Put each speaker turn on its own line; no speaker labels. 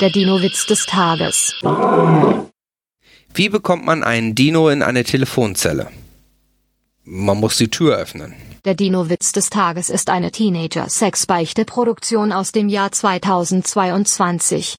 Der Dino-Witz des Tages.
Wie bekommt man einen Dino in eine Telefonzelle? Man muss die Tür öffnen.
Der Dino-Witz des Tages ist eine Teenager-Sex-Beichte-Produktion aus dem Jahr 2022.